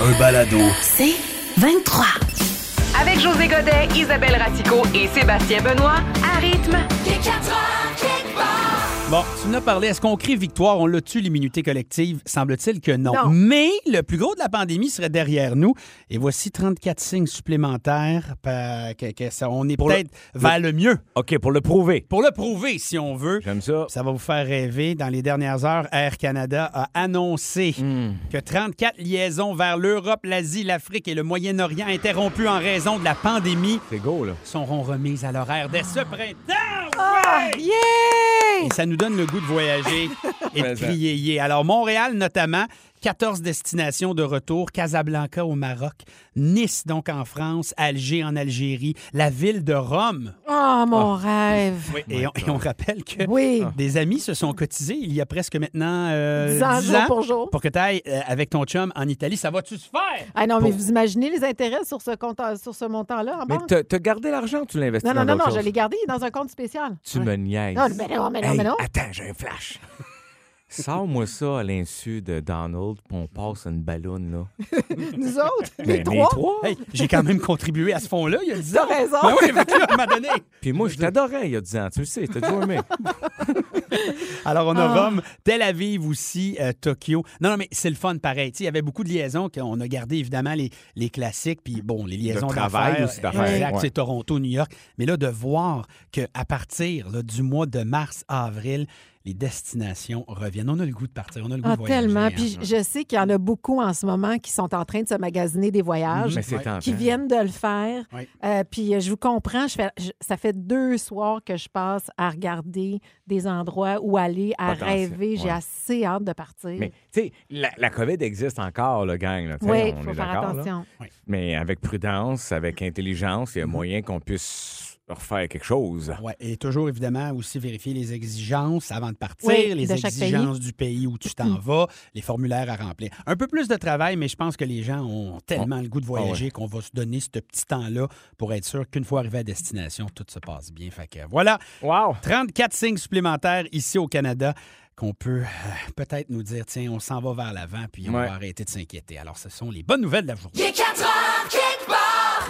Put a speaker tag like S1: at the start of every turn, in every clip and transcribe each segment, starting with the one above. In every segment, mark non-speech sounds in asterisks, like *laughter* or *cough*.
S1: Un balado.
S2: C'est 23.
S3: Avec José Godet, Isabelle Ratico et Sébastien Benoît, à rythme.
S4: Bon, Ah, tu nous as parlé. Est-ce qu'on crie victoire? On l'a tu l'immunité collective? Semble-t-il que non.
S3: Non.
S4: Mais le plus gros de la pandémie serait derrière nous. Et voici 34 signes supplémentaires. par- que- que ça- on est
S5: le-
S4: peut-être vers le mieux.
S5: OK, pour le prouver.
S4: Pour le prouver, si on veut.
S5: J'aime ça.
S4: Ça va vous faire rêver. Dans les dernières heures, Air Canada a annoncé
S5: Mmh.
S4: que 34 liaisons vers l'Europe, l'Asie, l'Afrique et le Moyen-Orient interrompues en raison de la pandémie
S5: C'est go, là.
S4: seront remises à l'horaire dès ce printemps.
S3: Ah, Yeah!
S4: Et ça nous donne le goût
S3: *laughs*
S4: de voyager et de
S5: Mais ça.
S4: crier yeah. Alors, Montréal notamment, 14 destinations de retour, Casablanca au Maroc, Nice donc en France, Alger en Algérie, la ville de Rome.
S3: Oh,
S5: Ah.
S3: mon rêve!
S4: et, on, et on rappelle que
S3: Oui.
S4: des amis se sont cotisés il y a presque maintenant euh,
S3: 10 ans,
S4: 10
S3: jour
S4: ans
S3: pour jour.
S4: que tu ailles euh, avec ton chum en Italie. Ça va-tu se faire?
S3: Ah non, mais
S4: Pour-
S3: vous imaginez les intérêts sur ce, compte, euh, sur ce montant-là en
S5: Mais
S3: banque?
S5: t'as t'as gardé l'argent ou tu l'as investi
S3: Non, non,
S5: dans
S3: non, non,
S5: d'autres
S3: je
S5: choses?
S3: l'ai gardé dans un compte spécial.
S5: Tu
S3: Ouais.
S5: me niaises.
S3: Non, mais non, mais non,
S5: Hey,
S3: mais non.
S5: Attends, j'ai un flash. *laughs* Sors-moi ça à l'insu de Donald, puis on passe une ballonne, là. *laughs*
S3: Nous autres,
S5: Mais
S3: les trois.
S4: Hey, J'ai quand même contribué à ce fonds-là il y a
S3: *laughs*
S4: 10
S3: T'as
S4: ans.
S3: raison.
S4: Ben oui, fait que là, à un moment donné.
S5: Puis moi, je t'adorais il y a 10 ans, tu le sais, t'as toujours *laughs* aimé.
S4: Alors, on a
S3: Ah.
S4: Rome, Tel Aviv aussi, euh, Tokyo. Non, non, mais c'est le fun pareil. Tu sais, Il y avait beaucoup de liaisons qu'on a gardé, évidemment, les, les classiques, puis bon, les liaisons
S5: travail
S4: d'affaires.
S5: aussi, d'affaires,
S4: Exact,
S5: ouais.
S4: c'est Toronto, New York. Mais là, de voir qu'à partir là, du mois de mars, avril, les destinations reviennent. On a le goût de partir, on a le goût
S3: Ah,
S4: de voyager.
S3: tellement.
S4: hein.
S3: Puis je- je sais qu'il y en a beaucoup en ce moment qui sont en train de se magasiner des voyages,
S5: Mais c'est tentant.
S3: qui viennent de le faire.
S4: Oui.
S3: Euh, puis euh, je vous comprends, je fais, je- ça fait deux soirs que je passe à regarder des endroits où aller, à
S5: Potentiel,
S3: rêver. J'ai
S5: ouais.
S3: assez hâte de partir.
S5: Mais, tu sais, la, la COVID existe encore, le gang, là. tu sais,
S3: oui,
S5: on
S3: il faut
S5: est
S3: faire
S5: d'accord, là.
S3: attention.
S5: Mais avec prudence, avec intelligence, il y a moyen qu'on puisse refaire quelque chose.
S4: Ouais, et toujours, évidemment, aussi vérifier les exigences avant de partir,
S3: Oui,
S4: les
S3: de chaque
S4: exigences du pays où tu t'en vas, les formulaires à remplir. Un peu plus de travail, mais je pense que les gens ont tellement le goût de voyager qu'on va se donner ce petit temps-là pour être sûr qu'une fois arrivé à destination, tout se passe bien. Fait que voilà,
S5: Wow!
S4: 34 signes supplémentaires ici au Canada qu'on peut euh, peut-être nous dire, tiens, on s'en va vers l'avant, puis on
S5: Ouais.
S4: va arrêter de s'inquiéter. Alors, ce sont les bonnes nouvelles de la journée.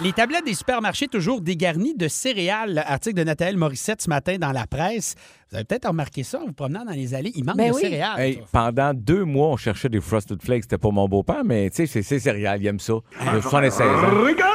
S4: Les tablettes des supermarchés toujours dégarnies de céréales. Article de Nathalie Morissette ce matin dans la presse. Vous avez peut-être remarqué ça en vous promenant dans les allées. Il manque
S3: Ben
S4: de
S3: oui.
S4: céréales.
S5: Hey, pendant deux mois, on cherchait des Frosted Flakes. C'était pour mon beau-père, mais tu sais, c'est- c'est céréales, il aime ça. Il a 76 ans.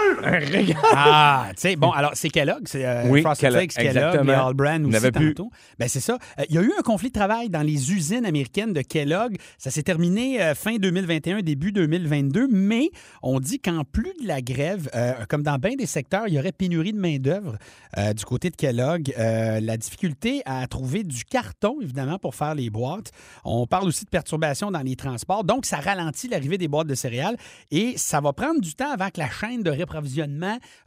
S4: Ah, tu sais, bon, alors c'est Kellogg, c'est euh,
S5: Oui,
S4: Frosted
S5: Kellogg,
S4: Flakes, Kellogg,
S5: exactement.
S4: mais All Brand
S5: Il
S4: aussi
S5: n'avait plus.
S4: tantôt. Ben c'est ça. Euh, Il y a eu un conflit de travail dans les usines américaines de Kellogg. Ça s'est terminé euh, fin 2021, début 2022, mais on dit qu'en plus de la grève, euh, comme dans bien des secteurs, il y aurait pénurie de main-d'œuvre euh, du côté de Kellogg. Euh, la difficulté à trouver du carton, évidemment, pour faire les boîtes. On parle aussi de perturbations dans les transports. Donc, ça ralentit l'arrivée des boîtes de céréales et ça va prendre du temps avant que la chaîne de réprovisionnement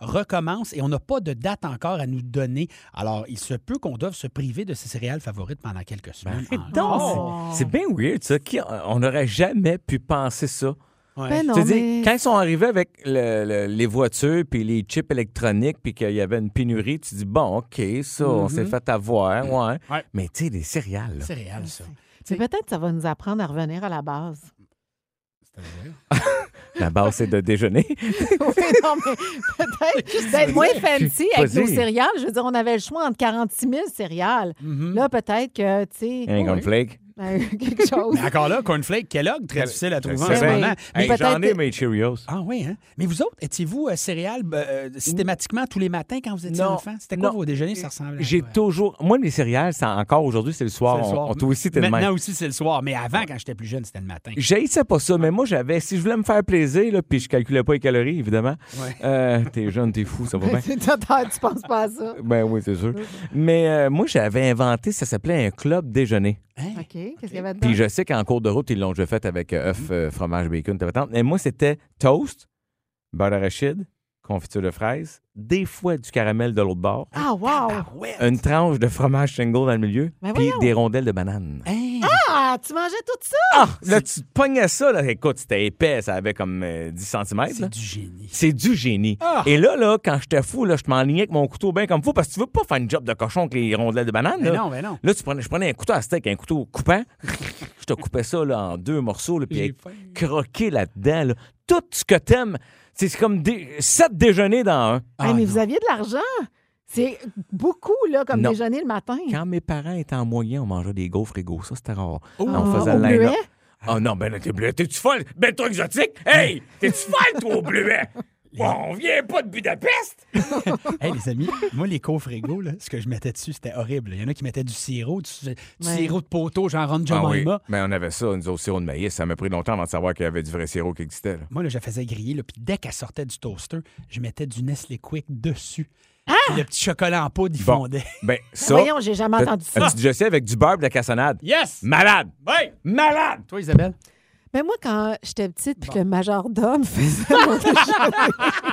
S4: recommence et on n'a pas de date encore à nous donner. Alors, il se peut qu'on doive se priver de ses céréales favorites pendant quelques semaines.
S5: Ben, *laughs*
S4: Ah.
S5: Donc,
S3: Oh.
S5: c'est c'est bien weird, ça. Qui- on n'aurait jamais pu penser ça.
S4: Ouais.
S3: Ben non,
S5: Tu sais,
S3: mais-
S5: quand ils sont arrivés avec le- le- les voitures, puis les chips électroniques, puis qu'il y avait une pénurie, tu dis, bon, OK, ça,
S3: Mhm.
S5: on s'est fait avoir, ouais.
S4: Ouais.
S5: Mais tu sais, des céréales. là.
S4: Céréales, ça.
S3: Mais peut-être que ça va nous apprendre à revenir à la base.
S5: La base, c'est de
S3: *laughs*
S5: déjeuner.
S3: oui, non, mais peut-être d'être moins fancy avec
S5: Vas-y.
S3: nos céréales. Je veux dire, on avait le choix entre 46 000 céréales.
S4: Mhm.
S5: Mm.
S3: Là, peut-être que, tu sais,
S5: Un
S3: oui,
S5: cornflake.
S3: ben, *laughs* quelque chose.
S4: Mais encore là, cornflake Kellogg, très difficile à trouver en
S5: Ben, C'est
S4: ce
S3: vrai.
S4: moment.
S3: Mais
S5: Hey,
S3: peut-être-
S5: J'en ai mes Cheerios.
S4: Ah oui, hein? Mais vous autres, étiez-vous euh, céréales euh, euh, systématiquement tous les matins quand vous étiez
S5: Non,
S4: enfant? C'était quoi
S5: non.
S4: vos déjeuners? Ça ressemblait à
S5: J'ai
S4: quoi?
S5: toujours. Moi, mes céréales, ça, encore aujourd'hui, c'est le soir.
S4: C'est le soir.
S5: On, on- toi aussi, t'es le
S4: Maintenant
S5: même.
S4: aussi, c'est le soir. Mais avant, quand j'étais plus jeune, c'était le matin.
S5: J'haïssais pas ça, mais moi, j'avais. Si je voulais me faire plaisir, là, puis je calculais pas les calories, évidemment.
S4: Ouais. Hein? *laughs*
S5: Euh, t'es jeune, t'es fou, ça va bien.
S3: *laughs* Attends, tu penses pas à ça.
S5: Ben oui, c'est sûr. Mais euh, moi, j'avais inventé, ça s'appelait un club déjeuner.
S4: Hein?
S3: OK. Qu'est-ce qu'il y avait dedans?
S5: Puis je sais qu'en cours de route, ils l'ont déjà fait avec euh,
S4: Mm.
S5: œuf, euh, fromage, bacon, tarte. Mais moi, c'était toast, beurre arachide, confiture de fraises, des fois du caramel de l'autre bord,
S3: Ah, wow!
S5: une tranche de fromage shingle dans le milieu,
S4: Ben
S3: Mais
S5: puis
S3: voyons.
S5: des rondelles de banane.
S4: Hein?
S3: Ah, tu mangeais tout ça?
S5: Ah! Là, tu te pognais ça. Là. Écoute, c'était épais, ça avait comme euh, 10 cm.
S4: C'est du génie.
S5: C'est du génie.
S4: Ah!
S5: Et là, là, quand j'étais fou, là, je m'enlignais avec mon couteau bien comme fou parce que tu veux pas faire une job de cochon avec les rondelles de banane.
S4: Mais
S5: Là,
S4: non, mais non.
S5: Là, tu prenais, je prenais un couteau à steak, un couteau coupant. *laughs* je te coupais ça là, en deux morceaux, là,
S4: J'ai
S5: puis
S4: faim.
S5: croquer là-dedans. là. Tout ce que t'aimes, c'est c'est comme des... sept déjeuners dans un.
S4: Ah,
S3: Hey, mais
S4: non.
S3: vous aviez de l'argent? C'est beaucoup, là, comme
S5: Non.
S3: déjeuner le matin.
S5: *laughs* Quand mes parents étaient en moyen, on mangeait des gaufres et gaufres. Ça, c'était rare.
S3: Ah,
S5: on faisait
S3: au
S5: le line-up.
S3: bleuet?
S5: Oh non, ben là, t'es bleuet. T'es-tu folle? Ben toi, exotique? Hey! T'es-tu folle, toi, au
S3: *laughs*
S5: bleuet? Bon, on vient pas de Budapest!
S4: Hey, les amis, moi, les coffres frigo, là, ce que je mettais dessus, c'était horrible. Il y en a qui mettaient du sirop, du, du
S3: Ouais.
S4: sirop de poteau, genre Ron
S5: Ah oui,
S4: Jemima.
S5: mais on avait ça, nous autres, sirop de maïs. Ça m'a pris longtemps avant de savoir qu'il y avait du vrai sirop qui existait. là.
S4: Moi, là, je la faisais griller, là, puis dès qu'elle sortait du toaster, je mettais du Nestlé Quick dessus.
S3: Ah!
S4: Puis le petit chocolat en poudre, il
S5: Bon.
S3: *laughs*
S4: fondait.
S5: Ben, ça...
S3: Voyons, j'ai jamais entendu
S5: Un
S3: ça.
S5: petit José avec du beurre et de la cassonade.
S4: Yes!
S5: Malade!
S4: Oui!
S5: Malade!
S4: Toi, Isabelle?
S3: Mais moi, quand j'étais petite, puis que le majordome *laughs* faisait mon déjeuner,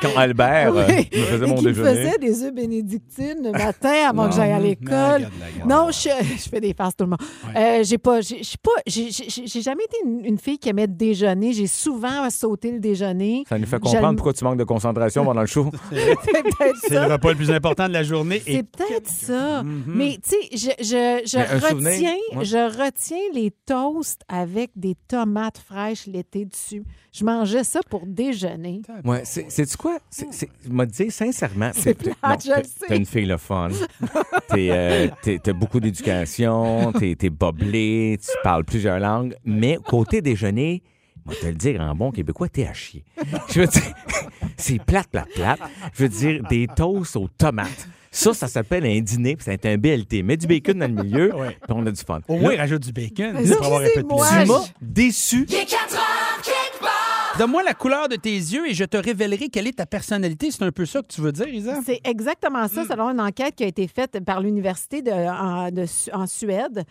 S5: Quand Albert euh,
S3: *laughs* oui,
S5: me faisait
S3: et
S5: mon
S3: qu'il me
S5: déjeuner.
S3: faisait des œufs bénédictines
S5: *laughs*
S3: le matin avant que
S5: Non.
S3: j'aille à
S4: Non,
S3: l'école.
S4: regarde, là, regarde.
S3: Non, je, je *laughs* fais des farces tout le monde. Euh, j'ai pas, j'ai, je suis pas, j'ai, j'ai- j'ai- j'ai jamais été une, une fille qui aimait déjeuner. J'ai souvent sauté le déjeuner.
S5: Ça nous fait comprendre
S3: J'aime-
S5: pourquoi tu manques de concentration pendant le show.
S3: C'est
S5: *laughs*
S3: peut-être
S4: C'est
S3: ça.
S4: le repas le plus important de la journée.
S3: C'est peut-être ça. Mais tu sais, je, je, je
S5: Mhm. Mais un souvenir,
S3: retiens,
S5: ouais.
S3: je retiens les toasts avec des tomates fraîches l'été dessus. Je mangeais ça pour déjeuner.
S5: Ouais, c'est- c'est-tu quoi? C'est- c'est- Je m'a dit sincèrement.
S3: C'est
S5: t'es-
S3: plate, je
S5: t'es-
S3: le sais.
S5: T'es une fille le fun. T'es, euh, t'es- t'as beaucoup d'éducation, t'es es boblé, tu parles plusieurs langues. Mais côté déjeuner, moi, te le dire en bon québécois, t'es à chier. Je veux dire, *laughs* c'est plate, plate, plate. Je veux dire, des toasts aux tomates. Ça, ça s'appelle un dîner, puis c'est un BLT. Mets du bacon dans le milieu, puis on a du fun.
S4: Au moins, il rajoute du bacon.
S3: Mais
S4: c'est pour avoir un peu de
S3: excusez-moi,
S4: plaisir.
S3: je-
S4: Tu m'as déçu. Donne-moi la couleur de tes yeux et je te révélerai quelle est ta personnalité. C'est un peu ça que tu veux dire, Isa?
S3: C'est exactement
S5: Hmm.
S3: ça, selon une enquête qui a été faite par l'université de, en, de Su- en Suède.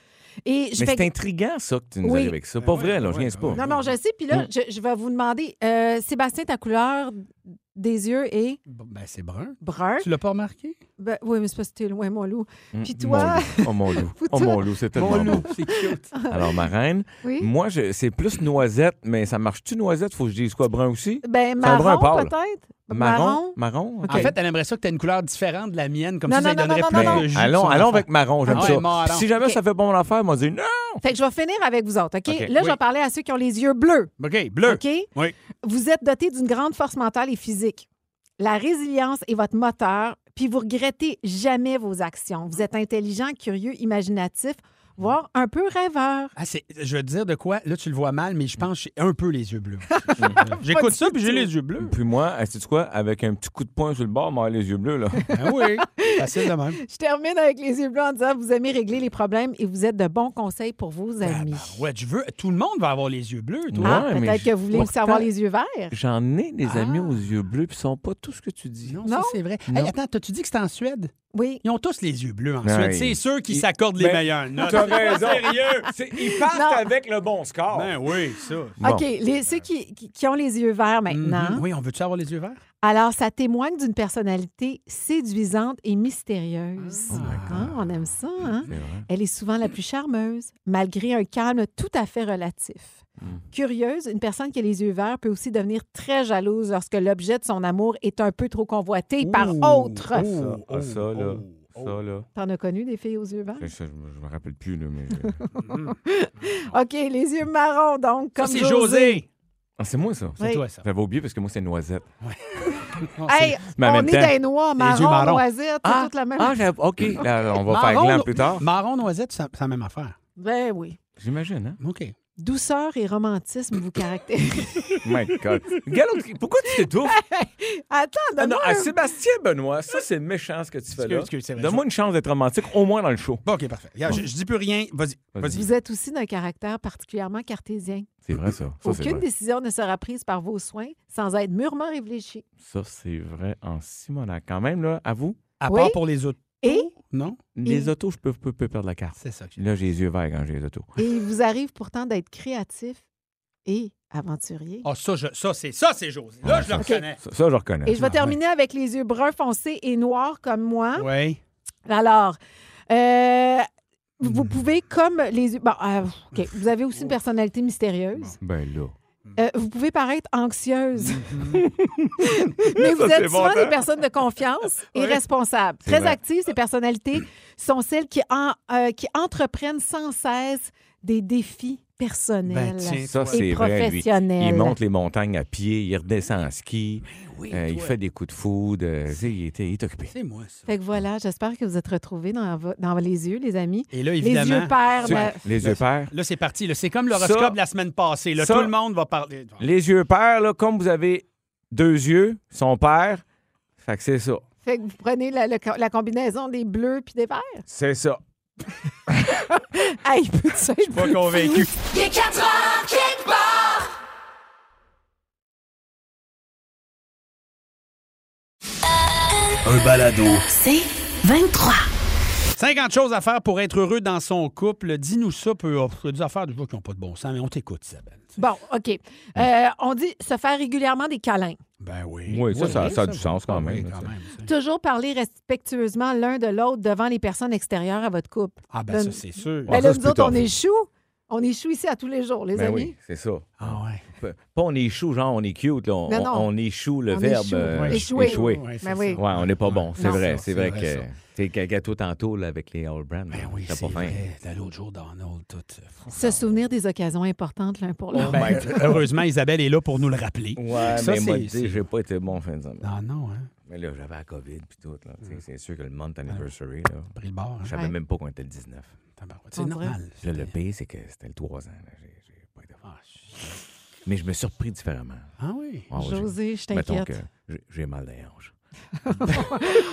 S3: Et je
S5: Mais
S3: fais-
S5: c'est intriguant, ça, que tu nous
S3: Oui.
S5: arrives avec ça. Pas vrai, là, je viens pas.
S3: Non, non, je sais. Puis
S5: Hmm.
S3: là, je, je vais vous demander, euh, Sébastien, ta couleur des yeux est
S4: Bon, Ben, c'est brun.
S3: brun.
S4: Tu l'as pas remarqué?
S3: Ben, oui, mais c'est parce que t'es loin, mon loup.
S5: Mm,
S3: Puis toi?
S5: mon loup. Oh mon loup, oh, mon loup c'est tellement beau.
S4: c'est *laughs* cute.
S5: Alors, ma reine,
S3: Oui.
S5: moi, je- c'est plus noisette, mais ça marche-tu noisette? Faut que je dise quoi, brun aussi?
S3: Ben,
S5: C'est un brun
S3: marron,
S5: pâle.
S3: peut-être?
S5: Marron? Marron?
S4: En fait, elle aimerait ça que tu aies une couleur différente de la mienne, comme
S3: Non,
S4: ça, ça
S3: non,
S4: lui
S3: non,
S4: donnerait
S3: non,
S4: plus
S3: non,
S4: de jus.
S5: allons,
S4: sur
S5: allons
S4: l'enfant.
S5: avec marron, j'aime
S4: Ah ouais,
S5: ça.
S4: marron.
S5: Puis Si jamais
S3: Ok.
S5: ça fait bon l'affaire, m'a dit non!
S3: Fait que je vais finir avec vous autres, OK?
S5: OK,
S3: Là, je
S4: oui.
S3: vais parler à ceux qui ont les yeux bleus,
S4: OK, bleu.
S3: OK?
S4: Oui.
S3: Vous êtes dotés d'une grande force mentale et physique. La résilience est votre moteur, puis vous regrettez jamais vos actions. Vous êtes intelligent, curieux, imaginatif, voire un peu rêveur.
S4: Ah, c'est- je veux te dire de quoi, là, tu le vois mal, mais je pense que j'ai un peu les yeux bleus. *laughs* J'écoute ça, puis j'ai les yeux *laughs* bleus.
S5: Puis moi, euh, sais-tu quoi? Avec un petit coup de poing sur le bord, m'a les yeux bleus, là.
S4: Ah oui, facile de même.
S3: Je termine avec les yeux bleus en disant vous aimez régler les problèmes et vous êtes de bons conseils pour vos amis.
S4: Ah, ben Ouais, tu veux, tout le monde va avoir les yeux bleus, toi.
S3: Ah,
S5: Ah, bah Ouais, mais
S3: peut-être
S5: je-
S3: que vous voulez aussi
S5: pourtant-
S3: avoir les yeux verts.
S5: *laughs* J'en ai des amis
S4: Ah.
S5: aux yeux bleus, puis ils sont pas tout ce que tu dis.
S4: Non,
S3: Non.
S4: ça, c'est vrai.
S5: Non.
S4: Hey, attends, t'as-tu dit que c'était en Suède?
S3: Oui.
S4: Ils ont tous les yeux bleus en
S5: Ouais.
S4: Suède. C'est ceux qui
S5: Ils-
S4: s'accordent les
S5: Ben,
S4: meilleurs notes.
S5: T'as raison. Sérieux. Ils partent
S3: Non.
S5: avec le bon score.
S4: Ben oui, ça.
S5: Bon.
S3: OK, les, ceux qui, qui- qui ont les yeux verts maintenant,
S4: Mhm. Oui, on veut-tu avoir les yeux verts?
S3: alors ça témoigne d'une personnalité séduisante et mystérieuse.
S5: my God.
S3: Hein, on aime ça, hein?
S5: C'est vrai.
S3: Elle est souvent la plus charmeuse, malgré un calme tout à fait relatif.
S5: Hmm.
S3: Curieuse, une personne qui a les yeux verts peut aussi devenir très jalouse lorsque l'objet de son amour est un peu trop convoité par autre.
S5: Ça, ah, ça, là. Ça, là.
S3: T'en as connu des filles aux yeux verts?
S4: Oh.
S5: Je, je- je me rappelle plus, là, mais. *laughs*
S3: OK, les yeux marrons, donc, comme
S4: Ça, c'est José.
S5: Ah, c'est moi, ça.
S3: Oui.
S4: C'est toi, ça.
S5: J'avais oublié parce que moi, c'est noisette.
S4: *laughs* Non,
S3: Hey,
S5: Mais en
S3: on
S5: même
S3: est
S5: temps-
S3: des noix, marrons,
S4: marrons.
S3: noisettes, c'est toute la même.
S5: ah, j'avais- OK. Là, on va faire
S4: Marron,
S5: gland
S4: no-
S5: plus
S3: *laughs*
S5: tard.
S4: Marron noisette, c'est la même affaire.
S3: Ben oui.
S5: J'imagine, hein?
S4: OK.
S3: Douceur et romantisme
S5: *laughs*
S3: vous caractérisent.
S5: Oh My God. Regarde, on- pourquoi tu t'étouffes?
S3: Attends,
S5: Ah,
S3: donne-moi
S5: non, à Sébastien Benoît, ça, c'est méchant ce que tu fais là.
S4: Excuse, excuse, c'est vrai.
S5: Donne-moi une chance d'être romantique, au moins dans le show.
S4: Bon, OK, parfait. Regarde, Je, je dis plus rien. Vas-y.
S5: Vas-y.
S4: Vas-y.
S3: Vous êtes aussi d'un caractère particulièrement cartésien.
S5: C'est vrai, ça. Ça, c'est
S3: Aucune
S5: vrai.
S3: décision ne sera prise par vos soins sans être mûrement réfléchie.
S5: Ça, c'est vrai en Simona. Quand même, là, à vous.
S4: À
S3: Oui.
S4: part pour les autres.
S5: Oh!
S3: Et
S4: Non?
S5: Les autos, je peux, peux, peux perdre la carte.
S4: C'est ça que j'ai
S5: Là, j'ai les yeux verts quand j'ai les autos.
S3: Et il vous arrive pourtant d'être créatif et aventurier.
S5: Oh,
S4: Ah, ça, je- ça, c'est ça, c'est José. Là,
S5: Ouais,
S4: je le
S5: ça-
S4: reconnais.
S5: Ça, ça, je reconnais.
S3: Et je vais terminer avec les yeux bruns foncés et noirs comme moi.
S4: Oui.
S3: Alors, euh, vous
S5: Hmm.
S3: pouvez, comme les yeux. Bon, euh, OK. Vous avez aussi une
S5: Oh.
S3: personnalité mystérieuse.
S5: Ben là.
S3: Euh, vous pouvez paraître
S5: *laughs*
S3: anxieuse. Mais vous êtes
S5: c'est
S3: souvent
S5: bon,
S3: des
S5: hein?
S3: personnes
S5: *laughs*
S3: de confiance et
S4: Oui.
S3: responsables.
S5: C'est
S3: Très
S5: vrai.
S3: actives, ces personnalités sont celles qui, en- euh, qui entreprennent sans cesse des défis personnels.
S4: Ben, tiens,
S5: Ça,
S4: toi.
S5: c'est vrai, lui. Il
S3: professionnel.
S5: monte les montagnes à pied, il redescend en ski,
S4: Ben Oui,
S5: euh, il
S4: toi.
S5: fait des coups de foudre. euh, tu sais, il, était- il est occupé.
S4: C'est moi, ça.
S3: fait que voilà, j'espère que vous êtes retrouvés dans, vo- dans les yeux, les amis.
S4: Et là,
S3: Les yeux
S4: évidemment.
S3: perdent. euh,
S5: Tu- les yeux pairs.
S4: Là, c'est parti. là. C'est comme l'horoscope
S5: Ça-
S4: de la semaine passée. Là,
S5: ça-
S4: tout le monde va parler.
S5: Les yeux pairs, là, comme vous avez deux yeux, son père, fait que c'est ça.
S3: Fait que vous prenez la, le- la combinaison des bleus puis
S5: *laughs*
S3: des verts.
S5: C'est ça.
S3: Hey, *laughs* peux-tu être
S4: Pas
S3: plus
S4: convaincu.
S2: Il est 4 heures, quelque part.
S1: Un balado.
S2: C'est 23.
S4: 50 choses à faire pour être heureux dans son couple. Dis-nous ça. Peu... oh, c'est des affaires des fois qui n'ont pas de bon sens, mais on t'écoute, Isabelle.
S3: Bon, OK. Euh, on dit se faire régulièrement des câlins.
S4: Ben oui.
S5: Oui, ça, ça- ça a du
S4: oui.
S5: sens quand
S4: Ah oui,
S5: même, ça.
S4: ça.
S3: Toujours parler respectueusement l'un de l'autre devant les personnes extérieures à votre couple.
S4: Ah ben ça, c'est sûr.
S3: Ben
S5: Ouais, ça,
S3: là,
S5: c'est
S3: nous autres, on
S5: plutôt-
S3: échoue. On échoue ici à tous les jours, les
S5: Ben
S3: amis.
S5: oui, c'est ça.
S4: Ah ouais.
S5: Pas on échoue, genre on est cute, là. On,
S3: Non, non.
S5: on échoue le
S3: On
S5: verbe
S3: échoue,
S5: euh,
S3: ouais.
S5: échouer.
S3: Échouer.
S5: Ouais,
S4: Ouais, c'est
S3: Ben oui.
S4: ça.
S5: on n'est pas bon, c'est
S3: Non,
S5: vrai.
S4: ça,
S5: C'est
S4: c'est
S5: vrai
S4: vrai,
S5: que. T'es gâteau tantôt là, avec les All Brands.
S4: Ben
S5: là.
S4: oui,
S5: T'as
S4: c'est
S5: pas faim.
S4: vrai. T'as L'autre jour, Donald, tout. euh,
S3: Se souvenir des occasions importantes l'un pour l'autre.
S4: Ben, *laughs* heureusement, Isabelle est là pour nous le rappeler.
S5: Ouais,
S4: Ça,
S5: mais moi,
S4: c'est- c'est-
S5: dit, j'ai pas été bon fin de semaine.
S4: Ah non, hein.
S5: Mais là, j'avais la COVID puis tout. Là, tu sais, C'est sûr que le month anniversary, là,
S4: Pris le bord. hein.
S5: je savais
S3: Ouais.
S5: même pas qu'on était le 19.
S4: Tabarouette. C'est
S3: On
S4: normal.
S5: Puis là, le pire, c'est que c'était le 3 ans. là. J'ai- j'ai pas été-
S3: Ah,
S5: Mais je me suis surpris différemment.
S4: Ah oui.
S5: Ah, ouais, j'ai-
S3: José, je
S5: Mettons que
S3: t'inquiète.
S5: j'ai- j'ai mal des hanches.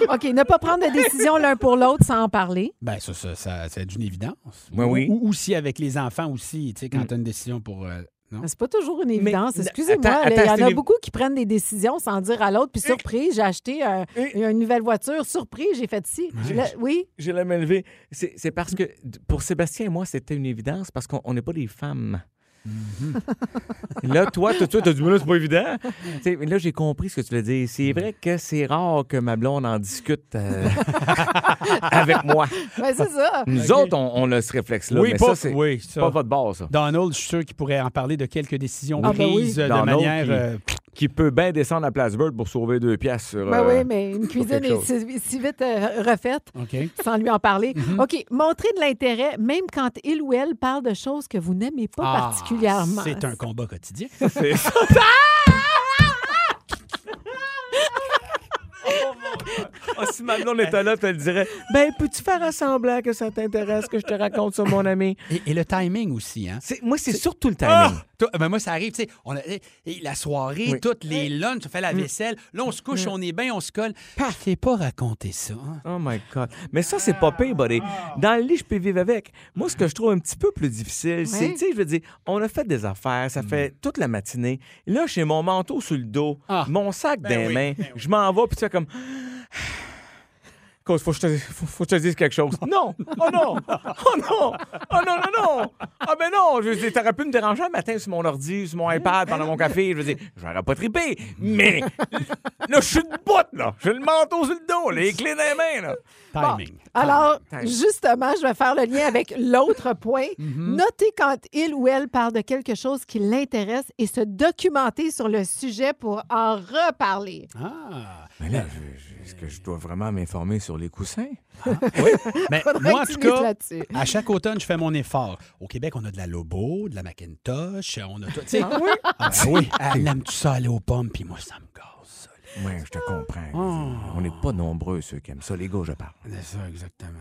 S3: OK, ne pas prendre de décision l'un pour l'autre sans en parler.
S4: Ben ça, ça, ça c'est d'une évidence.
S5: Ouais,
S4: Ou-
S5: oui. Mm.
S4: Ou aussi avec les enfants aussi, tu sais, quand t'as une décision pour... euh, non?
S3: C'est pas toujours une évidence.
S5: n-
S3: Excusez-moi,
S5: attends,
S3: là, il y
S5: attends,
S3: en
S5: c'est
S3: a
S5: une-
S3: beaucoup qui prennent des décisions sans dire à l'autre. Puis surprise, j'ai acheté euh, une nouvelle voiture. Surprise, j'ai fait ci. Là, oui,
S5: J'ai la main levée. C'est c'est parce que d- pour Sébastien et moi, c'était une évidence parce qu'on on n'est pas des femmes. là, toi, tout de suite, t'as du mal, c'est pas évident. Tu sais, mais là, j'ai compris ce que tu veux dire. C'est vrai que c'est rare que ma blonde en discute euh, *laughs* avec moi.
S3: ben, c'est ça.
S5: Nous autres, on, on a ce réflexe-là. mais ça, c'est
S4: oui, ça.
S5: pas votre bord, ça.
S4: Donald, je suis sûr qu'il pourrait en parler de quelques décisions
S3: Ah, ben oui.
S4: prises euh, de
S5: Donald
S4: manière.
S5: qui-
S4: euh,
S5: Qui peut bien descendre à Place Bird pour sauver deux piastres sur.
S3: Ben
S5: euh,
S3: oui, mais une cuisine
S5: quelque
S3: est si, si vite euh, refaite
S4: OK.
S3: sans lui en parler.
S4: Mm-hmm.
S3: OK, montrer de l'intérêt même quand il ou elle parle de choses que vous n'aimez pas *laughs*
S4: Ah,
S3: particulièrement.
S4: C'est un combat quotidien.
S5: Ah, si ma blonde était là, elle dirait Ben, peux-tu faire un semblant que ça t'intéresse que je te raconte ça, mon ami
S4: Et, et le timing aussi, hein?
S5: C'est- Moi, c'est surtout le
S4: Ah!
S5: timing.
S4: Toi, ben moi, ça arrive, tu sais, on a- eh, eh, la soirée,
S5: Oui.
S4: toutes les lunchs, on fait la vaisselle, là, on se
S3: Mm.
S4: couche, on est bien, on se colle. Mm. Paf! Fais pas raconter ça. hein.
S5: Oh my God. Mais ça, c'est pas pire, buddy. Dans le lit, je peux vivre avec. Moi, ce que je trouve un petit peu plus difficile, c'est, tu sais, je veux dire, on a fait des affaires, ça fait toute la matinée. Là, j'ai mon manteau sur le dos,
S4: Ah.
S5: mon sac dans les
S4: oui,
S5: mains,
S4: ben
S5: je m'en vais, puis tu fais comme. Cause, faut que je te, faut, faut que je te dise quelque chose. Non! Oh non! Oh non! Oh non, non, non! Ah ben non! Je veux dire, t'aurais pu me déranger le matin sur mon ordi, sur mon iPad, pendant mon café. Je veux dire, j'aurais pas trippé. Mais là, je suis de botte, là. J'ai le manteau sur le dos, les clés dans les mains, là.
S3: Bon,
S4: Timing.
S5: Ah.
S3: Alors,
S5: Timing.
S3: justement, je vais faire le
S5: *laughs*
S3: lien avec l'autre point.
S5: Mhm.
S3: Notez quand il ou elle parle de quelque chose qui l'intéresse et se documenter sur le sujet pour en reparler. *laughs*
S4: Ah!
S5: Mais là, je- je- est-ce que je dois vraiment m'informer sur les coussins?
S4: Mais
S3: Faudrait
S4: moi, en
S3: que
S4: tout
S3: tu luttes
S4: cas,
S3: là-dessus.
S4: à chaque automne, je fais mon effort. Au Québec, on a de la Lobo, de la Macintosh, on a tout. tu sais. Ah ben oui, elle aime tout ça aller aux pommes, puis moi, ça me casse. ça.
S5: Oui, je te comprends. On n'est pas nombreux, ceux qui aiment ça. Les gars, je parle.
S4: C'est ça, exactement.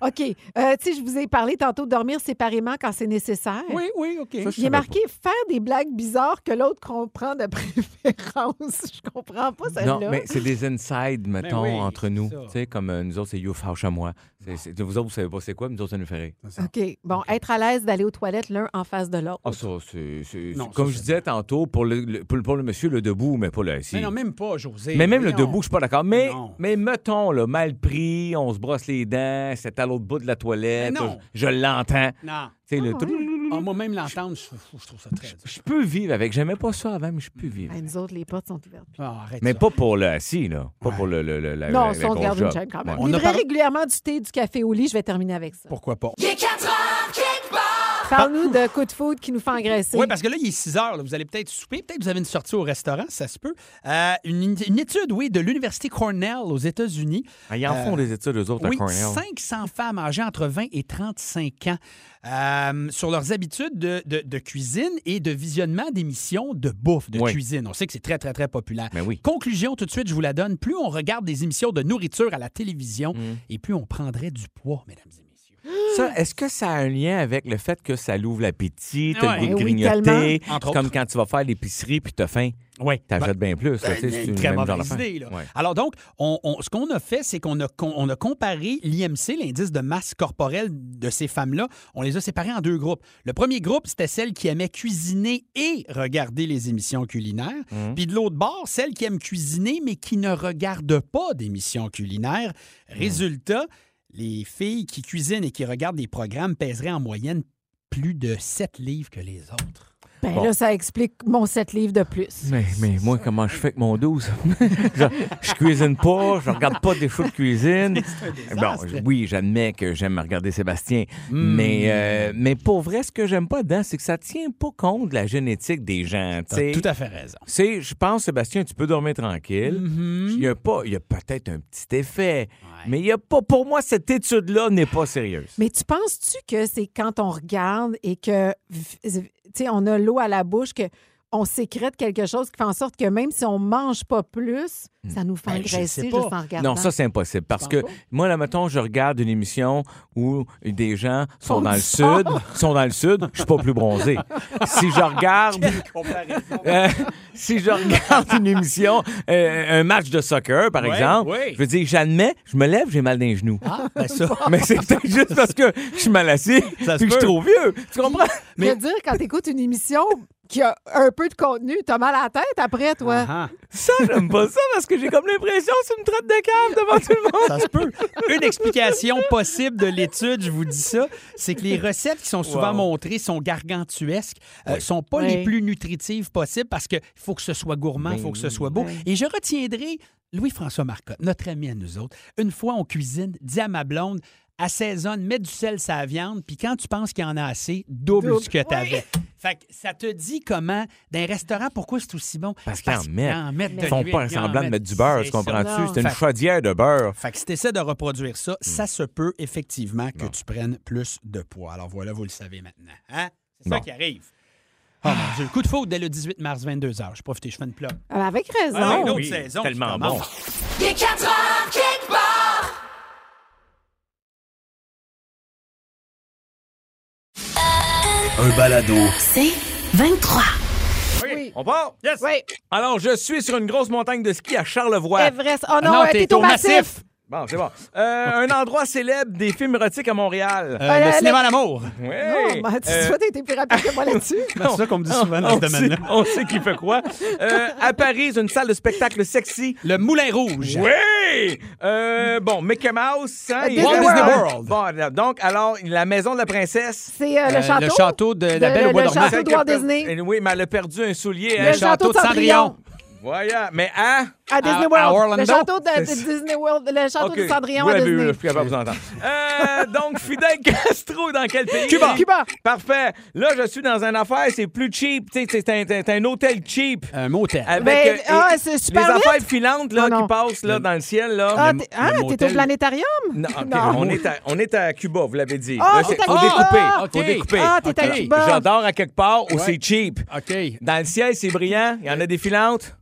S5: Ah.
S3: OK. Euh, tu sais, je vous ai parlé tantôt de dormir séparément quand c'est nécessaire.
S4: Oui, oui, OK.
S5: Ça, je
S3: Il est
S5: savais
S3: marqué faire des blagues bizarres que l'autre comprend de *laughs* préférence. Je comprends pas celle-là.
S5: Non, mais c'est des inside, mettons,
S4: oui,
S5: entre
S4: c'est
S5: nous.
S4: ça.
S5: Tu sais, comme euh, nous autres, c'est You fâche à moi. C'est- c'est- vous autres, vous savez pas c'est quoi, mais nous autres, ça nous ferait.
S3: OK. Bon, être à l'aise d'aller aux toilettes l'un en face de l'autre.
S5: Ah, ça, c'est. c'est-
S4: Non,
S5: c'est- comme
S4: ça,
S5: je
S4: c'est-
S5: disais tantôt, pour le, le- pour, le- pour le monsieur, le debout, mais pas le assis.
S4: Mais non, même pas, José.
S5: Mais même le
S4: Voyons.
S5: debout, je suis pas d'accord. Mais,
S4: Non.
S5: mais mettons, là, mal pris, on se brosse les dents, c'est à l'autre bout de la toilette.
S4: Mais non.
S5: Je, je l'entends.
S4: Non.
S5: Tu sais, le trou-
S4: Ah, moi, même l'entendre, je, je trouve ça très dur.
S5: Je peux vivre avec. J'aimais pas ça avant, mais je peux vivre.
S3: Ben, nous autres, les portes sont ouvertes.
S4: Ah, arrête
S5: Mais
S4: ça.
S5: pas pour le assis, là. Pas pour le. le, le- la,
S3: non,
S5: la-
S3: si
S5: la
S3: on
S5: grosse
S3: garde une
S5: ben, job.
S3: chaîne quand même.
S5: Ouais.
S4: On
S3: On
S4: a
S3: Livrer
S4: parlé-
S3: régulièrement du thé et du café au lit. Je vais terminer avec ça.
S4: Pourquoi pas?
S2: Il est 4 heures, kick barre.
S3: Parle-nous de coup de foudre qui nous fait engraisser.
S4: Oui, parce que là, il est 6 heures. là. Vous allez peut-être souper, peut-être vous avez une sortie au restaurant, ça se peut. Euh, une, une étude, oui, de l'Université Cornell aux États-Unis. Euh,
S5: Ah, Ils en
S3: Euh,
S5: font des études, eux autres,
S4: Oui,
S5: à Cornell.
S4: 500 femmes âgées entre 20 et 35 ans euh, sur leurs habitudes de, de- de cuisine et de visionnement d'émissions de bouffe, de
S5: Oui.
S4: cuisine. On sait que c'est très, très, très populaire.
S5: Mais oui.
S4: Conclusion, tout de suite, je vous la donne. Plus on regarde des émissions de nourriture à la télévision,
S5: Mm.
S4: et plus on prendrait du poids, mesdames et messieurs.
S5: Ça, est-ce que ça a un lien avec le fait que ça l'ouvre l'appétit, t'as
S4: Ouais.
S5: le goût de
S3: Eh oui,
S5: grignoter?
S4: tellement. Entre
S5: C'est comme
S4: autres.
S5: quand tu vas faire l'épicerie puis t'as faim,
S4: Oui.
S5: t'achètes bien plus. là, tu sais, c'est
S4: une
S5: le
S4: très
S5: même genre
S4: mauvaise
S5: d'affaire.
S4: idée, Euh, là.
S5: Ouais.
S4: Alors donc, on- on- ce qu'on a fait, c'est qu'on a, con- on a comparé l'IMC, l'indice de masse corporelle de ces femmes-là, on les a séparées en deux groupes. Le premier groupe, c'était celles qui aimaient cuisiner et regarder les émissions culinaires.
S5: Mhm.
S4: Puis de l'autre bord, celles qui aiment cuisiner mais qui ne regardent pas d'émissions culinaires.
S5: Mhm.
S4: Résultat, les filles qui cuisinent et qui regardent des programmes pèseraient en moyenne plus de 7 livres que les autres.
S3: Ben
S5: Bon.
S3: là, ça explique mon 7 livres de plus.
S5: Mais, mais moi, comment je fais avec mon 12? *laughs* je, je cuisine pas, je regarde pas des shows de cuisine. Bon,
S4: désastre. Hmm.
S5: je- oui, j'admets que j'aime regarder Sébastien, mais, euh, mais pour vrai, ce que j'aime pas dedans, c'est que ça tient pas compte de la génétique des gens. tu sais.
S4: T'as tout à fait raison.
S5: C'est, je pense, Sébastien, tu peux dormir tranquille.
S4: Mm-hmm.
S5: Il y a pas, il y a peut-être un petit effet, mais il y a pas. Pour moi, cette étude-là n'est pas sérieuse.
S3: Mais tu penses-tu que c'est quand on regarde et que, tu sais, on a l'eau à la bouche, que on sécrète quelque chose qui fait en sorte que même si on mange pas plus, ça nous fait
S4: Ben, je sais
S3: engraisser juste
S4: pas.
S3: en regardant.
S5: Non, ça, c'est impossible. Parce que moi, là, mettons, je regarde une émission où des gens sont
S3: Font
S5: dans
S3: du
S5: le
S3: sport.
S5: sud, sont dans le sud, je suis pas plus bronzé. si je regarde. *laughs* Euh, si je regarde une émission, euh, un match de soccer, par
S4: Ouais,
S5: exemple,
S4: ouais.
S5: je veux dire, j'admets, je me lève, j'ai mal dans les genoux.
S4: Ah, ben ça.
S5: Mais c'est peut-être juste parce que je suis mal assis, puis
S4: Ça
S5: que
S4: se
S5: je suis
S4: peut.
S5: trop vieux. Tu comprends?
S3: Mais... Je veux dire, quand tu écoutes une émission qui a un peu de contenu, t'as mal à la tête après, toi.
S4: Ah, ah.
S5: Ça, j'aime pas ça parce que j'ai comme l'impression que c'est une traite de cave devant tout le monde.
S4: *laughs* Ça se peut. Une explication possible de l'étude, je vous dis ça, c'est que les recettes qui sont souvent
S5: Wow.
S4: montrées sont gargantuesques, euh, sont pas
S3: Oui.
S4: les plus nutritives possibles parce qu'il faut que ce soit gourmand, il faut que
S5: Ben
S4: ce soit beau. Et je retiendrai Louis-François Marcotte, notre ami à nous autres. Une fois, on cuisine, dis à ma blonde, assaisonne, mets du sel sur la viande, puis quand tu penses qu'il y en a assez, double,
S3: Double.
S4: ce que tu avais. *laughs* Fait que ça te dit comment, d'un restaurant, pourquoi c'est aussi bon?
S5: Parce qu'ils en mettent.
S4: mettent de
S5: Ils font
S4: l'huile,
S5: pas
S4: ils en
S5: semblant de mettre du beurre, tu
S4: C'est ça.
S5: comprends-tu? C'est une
S4: Fait-
S5: chaudière de beurre.
S4: Fait que si tu essaies de reproduire ça, ça se peut effectivement que tu prennes plus de poids. Alors voilà, vous le savez maintenant. Hein? C'est ça
S5: Bon.
S4: qui arrive. Oh mon Dieu, coup de faute dès le 18 mars, 22h. Je profite, je fais une plat.
S3: Ah, Avec raison.
S4: Ah,
S5: oui,
S4: une autre
S5: oui,
S4: saison. qui
S5: tellement
S4: commence.
S5: bon.
S2: Il est 4 heures, kick barre.
S1: Un balado.
S2: C'est 23.
S5: On part? Yes!
S3: Oui,
S5: Alors, je suis sur une grosse montagne de ski à Charlevoix.
S3: Everest. Oh non,
S4: Ah Non,
S3: euh,
S4: t'es
S3: t'es au
S4: au massif.
S3: massif.
S5: Bon, c'est bon. Euh, un endroit célèbre des films érotiques à Montréal.
S4: Euh,
S3: Euh,
S4: le
S3: le-
S4: cinéma à l'amour.
S5: Ouais.
S3: Non, mais tu
S5: Euh,
S3: toi, t'as été plus rapide que moi là-dessus.
S4: C'est ça qu'on me dit souvent dans
S5: on,
S4: ce domaine-là.
S5: sait, on sait qui fait quoi. Euh, à Paris, une salle de spectacle sexy.
S4: Le Moulin Rouge.
S5: Oui! Euh, bon, Mickey Mouse. hein,
S3: Disney
S5: et-
S3: Walt
S4: Disney World.
S5: Bon, donc, alors, la maison de la princesse.
S3: C'est euh,
S4: Euh,
S3: le château.
S4: le château de la Belle au Bois
S3: le
S4: dormant.
S3: château de Walt
S5: Celle qui a per-
S3: Disney.
S5: Eh Oui, mais elle a perdu un soulier.
S3: Le
S5: hein.
S3: château de Cendrillon.
S5: Voilà. Mais, hein?
S3: À Disney
S4: à
S3: World.
S4: Orlando.
S3: le château de, de
S5: C'est ça.
S3: Disney World. Le château
S5: Ok,
S3: de Cendrillon
S5: vous
S3: à
S5: l'avez eu,
S3: Disney.
S5: là, je suis capable de vous entendre. *laughs* Euh, donc, Fidel Castro, dans quel pays?
S3: Cuba. Cuba.
S5: Parfait. Là, je suis dans une affaire, c'est plus cheap. Tu sais, c'est un, c'est un hôtel cheap.
S4: Un motel.
S5: Avec, euh,
S3: Ben,
S5: et-
S3: ah, c'est super
S5: Les
S3: vite.
S5: affaires filantes là,
S3: Ah, non.
S5: qui passent là, dans le ciel. Là.
S3: Ah,
S5: Le-
S3: t'es, ah,
S4: le
S3: t'es
S4: motel.
S3: au planétarium?
S5: Non, ok,
S3: non.
S5: On, est à, on est à Cuba, vous l'avez dit.
S3: Ah,
S5: Là, c'est-
S3: t'es à
S5: faut
S3: Cuba.
S5: découper.
S4: Ok.
S5: Faut découper.
S3: Ah, t'es à
S5: Ok.
S3: Cuba.
S5: J'adore à quelque part où
S4: Ouais.
S5: c'est cheap.
S4: OK.
S5: Dans le ciel, c'est brillant. Il y en a des filantes.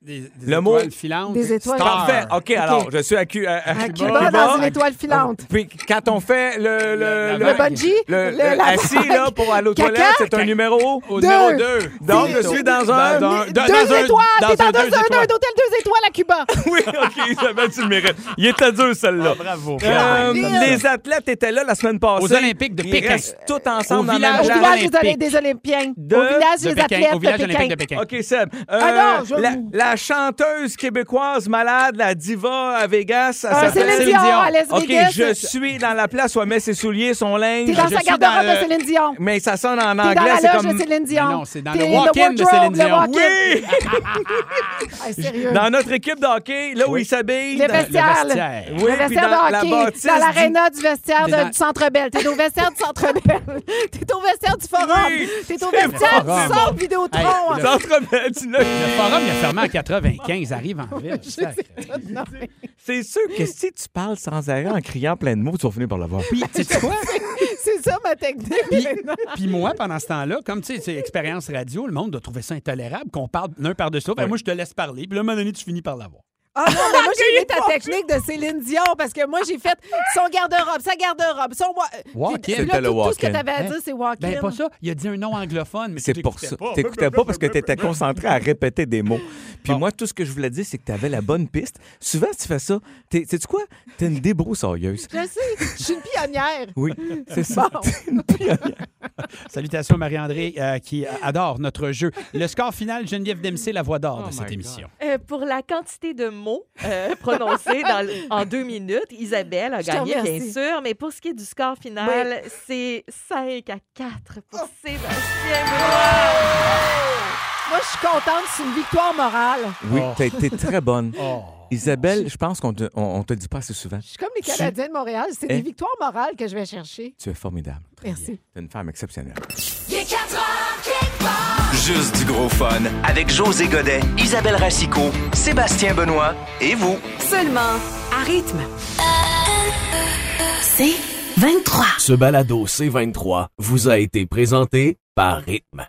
S4: Des, des
S5: Le mot-
S4: étoiles filantes.
S3: Des étoiles.
S4: Star.
S5: Parfait. OK, alors, je suis à, Cu- à- à
S3: À
S5: Cuba.
S3: Cuba, dans une étoile filante.
S5: Puis quand on fait le, le,
S4: Le-
S3: Le bungee,
S5: le-
S3: le-
S5: le-
S3: la
S5: assis
S3: vague.
S5: là, pour aller aux
S3: Caca.
S5: toilettes, c'est un numéro.
S4: Au
S3: Deux.
S4: numéro 2.
S5: Donc, je suis dans un-
S3: deux étoiles! T'es dans un, un hôtel deux étoiles à Cuba!
S5: *laughs* Oui, OK, Isabelle, tu le mérites. Il était dur, celle-là.
S4: Ah, Bravo.
S5: Euh, les athlètes étaient là la semaine passée.
S4: Aux Olympiques de
S5: Ils
S4: Pékin.
S5: restent tous ensemble
S4: Au
S5: dans la
S3: Au
S5: même
S4: village.
S5: place.
S3: village des, Olymp-
S4: Olympique.
S3: des Olympiens.
S5: De-
S3: Au village
S4: De
S3: des
S4: Pékin,
S3: athlètes
S4: au village
S3: de
S4: olympique de
S3: Pékin.
S4: Pékin.
S5: OK, Seb. euh,
S3: Ah non, je
S5: la,
S3: vous-
S5: la chanteuse québécéoise malade, la diva à Vegas, ça
S3: Ah,
S5: s'appelle-
S3: Céline Dion à Las
S5: OK,
S3: Vegas.
S5: je suis dans la place où elle met ses souliers, son linge.
S3: T'es dans
S5: Je
S3: sa
S5: suis
S3: garde-robe
S5: dans
S3: de
S5: le-
S3: Céline Dion.
S5: Mais ça sonne en
S3: T'es dans
S5: anglais,
S3: la
S5: c'est
S3: loge
S5: comme...
S3: de Céline Dion.
S4: Non, non, c'est dans le
S3: T'es
S4: walk-in de Céline
S3: wardrobe, le
S4: Dion.
S3: walk-in.
S5: Oui!
S3: Ah, sérieux.
S5: Dans notre équipe de hockey, là où ils s'habillent.
S3: Le
S5: dans-
S3: vestiaire.
S4: le vestiaire.
S3: le
S5: Oui, puis
S3: vestiaire
S5: dans
S3: de
S5: la
S3: hockey.
S5: bâtisse
S3: dans l'aréna du vestiaire
S4: T'es
S3: de-
S4: dans-
S3: du Centre Bell. T'es au vestiaire du
S5: *laughs*
S3: Centre Bell. T'es au vestiaire du Forum.
S5: Oui,
S3: T'es au
S5: c'est
S3: vestiaire du
S4: forum.
S3: Centre Vidéotron.
S4: Hey,
S3: Hein.
S5: Centre-Bell, tu l'as-
S4: Le forum, il a fermé en 95. Arrive en ville. Sacré.
S5: C'est sûr que si tu parles sans arrêt en criant plein de mots, tu vas finir par l'avoir.
S4: Puis, tu sais quoi?
S3: C'est ça ma technique.
S4: Puis, puis moi, pendant ce temps-là, comme tu sais, c'est expérience radio, le monde doit trouver ça intolérable qu'on parle l'un par-dessus l'autre. Ben, Moi, je te laisse parler. Puis là, à un moment donné, tu finis par l'avoir.
S3: Ah non, mais
S5: *laughs*
S3: moi, j'ai aimé ta technique de Céline Dion parce que moi, j'ai fait son garde-robe, sa garde-robe, son wa-
S5: Euh,
S4: Walk-in.
S3: Puis là,
S5: C'était le
S3: tout, tout ce que
S5: walk-in.
S3: t'avais à dire, c'est walk-in.
S4: Ben, pas ça. Il a dit un nom anglophone, mais
S5: C'est
S4: tu
S5: pour
S4: t'écoutais
S5: ça.
S4: pas.
S5: T'écoutais pas parce que t'étais concentré à répéter des mots. Puis moi, tout ce que je voulais dire, c'est que t'avais la bonne piste. Souvent, tu fais ça. T'es- Sais-tu quoi? T'es une débroussailleuse.
S3: Je sais, je suis une pionnière.
S5: Oui, c'est ça.
S3: Bon.
S5: T'es une pionnière.
S4: Salutations à Marie-André euh, qui adore notre jeu. Le score final, Geneviève Dempsey, la voix
S5: Oh
S4: d'or de cette émission.
S6: Euh, pour la quantité de mots euh, *laughs* prononcés dans le- en deux minutes, Isabelle a
S3: Je te
S6: gagné, bien
S3: remercie.
S6: sûr. Mais pour ce qui est du score final, c'est 5 à 4 pour
S3: Oh.
S6: Sébastien Benoît.
S3: Moi, je suis contente, c'est une victoire morale.
S5: Oui,
S4: Oh.
S5: t'as été très bonne.
S4: Oh.
S5: Isabelle, je pense qu'on te, on, on te dit pas assez souvent.
S3: Je suis comme les Canadiens de Montréal, c'est
S5: Eh.
S3: des victoires morales que je vais chercher.
S5: Tu es formidable.
S3: Merci.
S5: T'es une femme exceptionnelle.
S2: Il est 4 heures, quelque part.
S7: Juste du gros fun avec José Godet, Isabelle Racicot, Sébastien Benoît et vous.
S2: Seulement à rythme.
S1: C'est 23.
S8: Ce balado C23 vous a été présenté par Rythme.